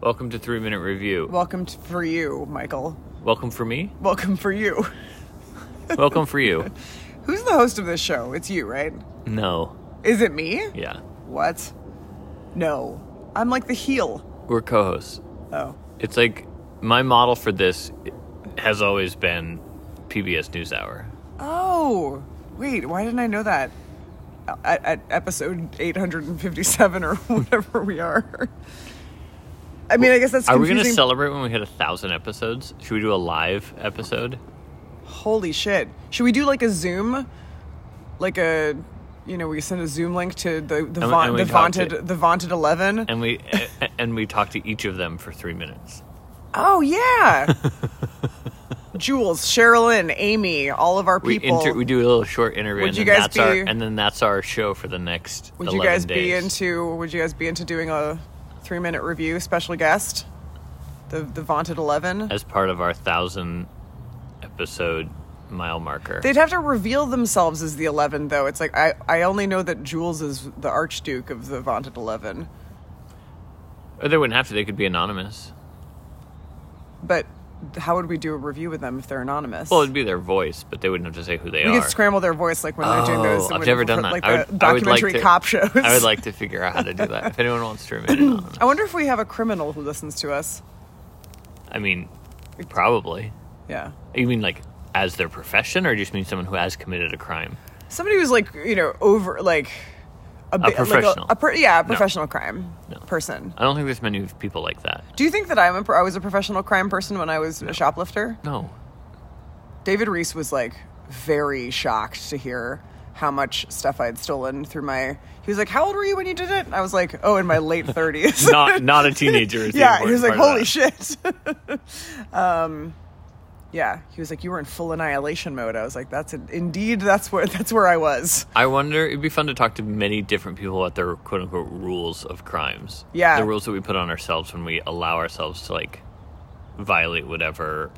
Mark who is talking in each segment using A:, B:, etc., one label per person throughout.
A: Welcome to Three Minute Review.
B: Welcome to, for you, Michael.
A: Welcome for me.
B: Welcome for you.
A: Welcome for you.
B: Who's the host of this show? It's you, right?
A: No.
B: Is it me?
A: Yeah.
B: What? No. I'm like the heel.
A: We're co hosts.
B: Oh.
A: It's like my model for this has always been PBS NewsHour.
B: Oh. Wait, why didn't I know that? At, at episode 857 or whatever we are. I mean, I guess that's
A: Are we going to
B: confusing.
A: celebrate when we hit a thousand episodes? Should we do a live episode?
B: Holy shit. Should we do like a Zoom? Like a you know, we send a Zoom link to the the,
A: And-
B: va-
A: and we
B: the
A: talk to-
B: vaunted the vaunted 11.
A: And we a- and we talk to each of them for three minutes.
B: Oh yeah. Jules, Sherilyn, Amy, all of our
A: We
B: people.
A: inter- we do a little short interview,
B: Would
A: and
B: you
A: then
B: guys
A: that's our
B: be-
A: and then that's our show for the next.
B: would
A: 11
B: you guys
A: days.
B: be into would you guys be into doing a 3-minute review special guest? The the vaunted 11?
A: as part of our thousand episode mile marker?
B: They'd have to reveal themselves as the 11 though. It's like I I only know that Jules is the archduke of the vaunted 11.
A: Or they wouldn't have to. They could be anonymous.
B: But how would we do a review with them if they're anonymous?
A: Well, it'd be their voice, but they wouldn't have to say who they
B: We
A: are.
B: could scramble their voice like when they're doing
A: Oh,
B: those.
A: I've
B: when-
A: never done that.
B: Like
A: I
B: the
A: would- I would like
B: documentary
A: to-
B: cop shows.
A: I would like to figure out how to do that. If anyone wants to remain anonymous,
B: I wonder if we have a criminal who listens to us.
A: I mean, probably.
B: Yeah.
A: You mean like as their profession, or do you just mean someone who has committed a crime?
B: Somebody who's like you know over like a, bi- like
A: professional.
B: a, per, yeah, a professional crime
A: No.
B: person.
A: I don't think there's many people like that.
B: Do you think that I'm a, pro- I was a professional crime person when I was a shoplifter?
A: No,
B: David Reese was like very shocked to hear how much stuff I had stolen through my. He was like, "How old were you when you did it?" And I was like, "Oh, in my late 30s.
A: not not a teenager. Is the
B: yeah, he was like,
A: important part of
B: "Holy
A: that.
B: shit!" um, yeah, he was like, "You were in full annihilation mode." I was like, "That's a, indeed. That's where that's where I was."
A: I wonder. It'd be fun to talk to many different people about their quote unquote rules of crimes.
B: Yeah.
A: the rules that we put on ourselves when we allow ourselves to like violate whatever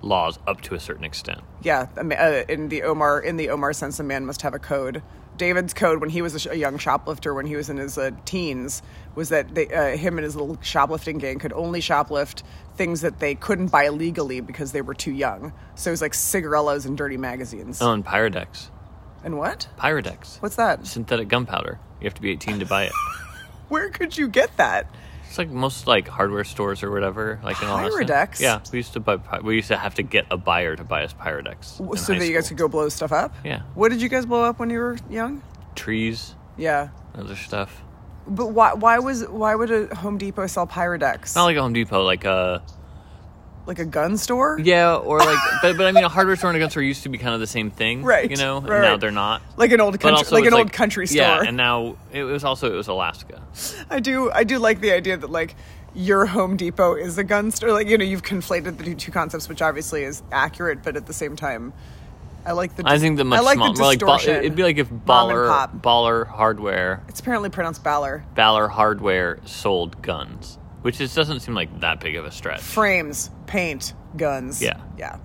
A: laws up to a certain extent.
B: Yeah, a ma- uh, in the Omar in the Omar sense, a man must have a code. David's code when he was a, sh- a young shoplifter, when he was in his uh, teens, was that they, uh, him and his little shoplifting gang could only shoplift things that they couldn't buy legally because they were too young. So it was like cigarillos and dirty magazines.
A: Oh, and pyrodex.
B: And what?
A: Pyrodex.
B: What's that?
A: synthetic gunpowder? You have to be 18 to buy it.
B: Where could you get that?
A: It's like most like hardware stores or whatever. Like in all that stuff.
B: Pyrodex?
A: Yeah, we used to buy. Py- We used to have to get a buyer to buy us pyrodex. in
B: so
A: high
B: that you guys could
A: school.
B: go blow stuff up.
A: Yeah.
B: What did you guys blow up when you were young?
A: trees,
B: Yeah.
A: other stuff.
B: But why? Why was? Why would a Home Depot sell Pyrodex?
A: Not like a Home Depot, like uh, a
B: like a gun store?
A: yeah, or like, but but I mean, a hardware store and a gun store used to be kind of the same thing,
B: Right,
A: You know,
B: right,
A: and now
B: right.
A: they're not.
B: Like an old
A: But
B: country,
A: also,
B: like an
A: it's
B: old country store.
A: Yeah, and now it was also it was Alaska.
B: I do. I do like the idea that like your Home Depot is a gun store. Like you know, you've conflated the two- two concepts, which obviously is accurate, but at the same time, I like the.
A: I think the much
B: I like
A: smaller,
B: the
A: more like ball,
B: distortion.
A: it'd be like if
B: Mom and
A: Baller
B: pop.
A: Baller Hardware
B: It's apparently pronounced Balor.
A: Baller Hardware sold guns, which just doesn't seem like that big of a stretch.
B: Frames, paint, guns.
A: Yeah.
B: Yeah.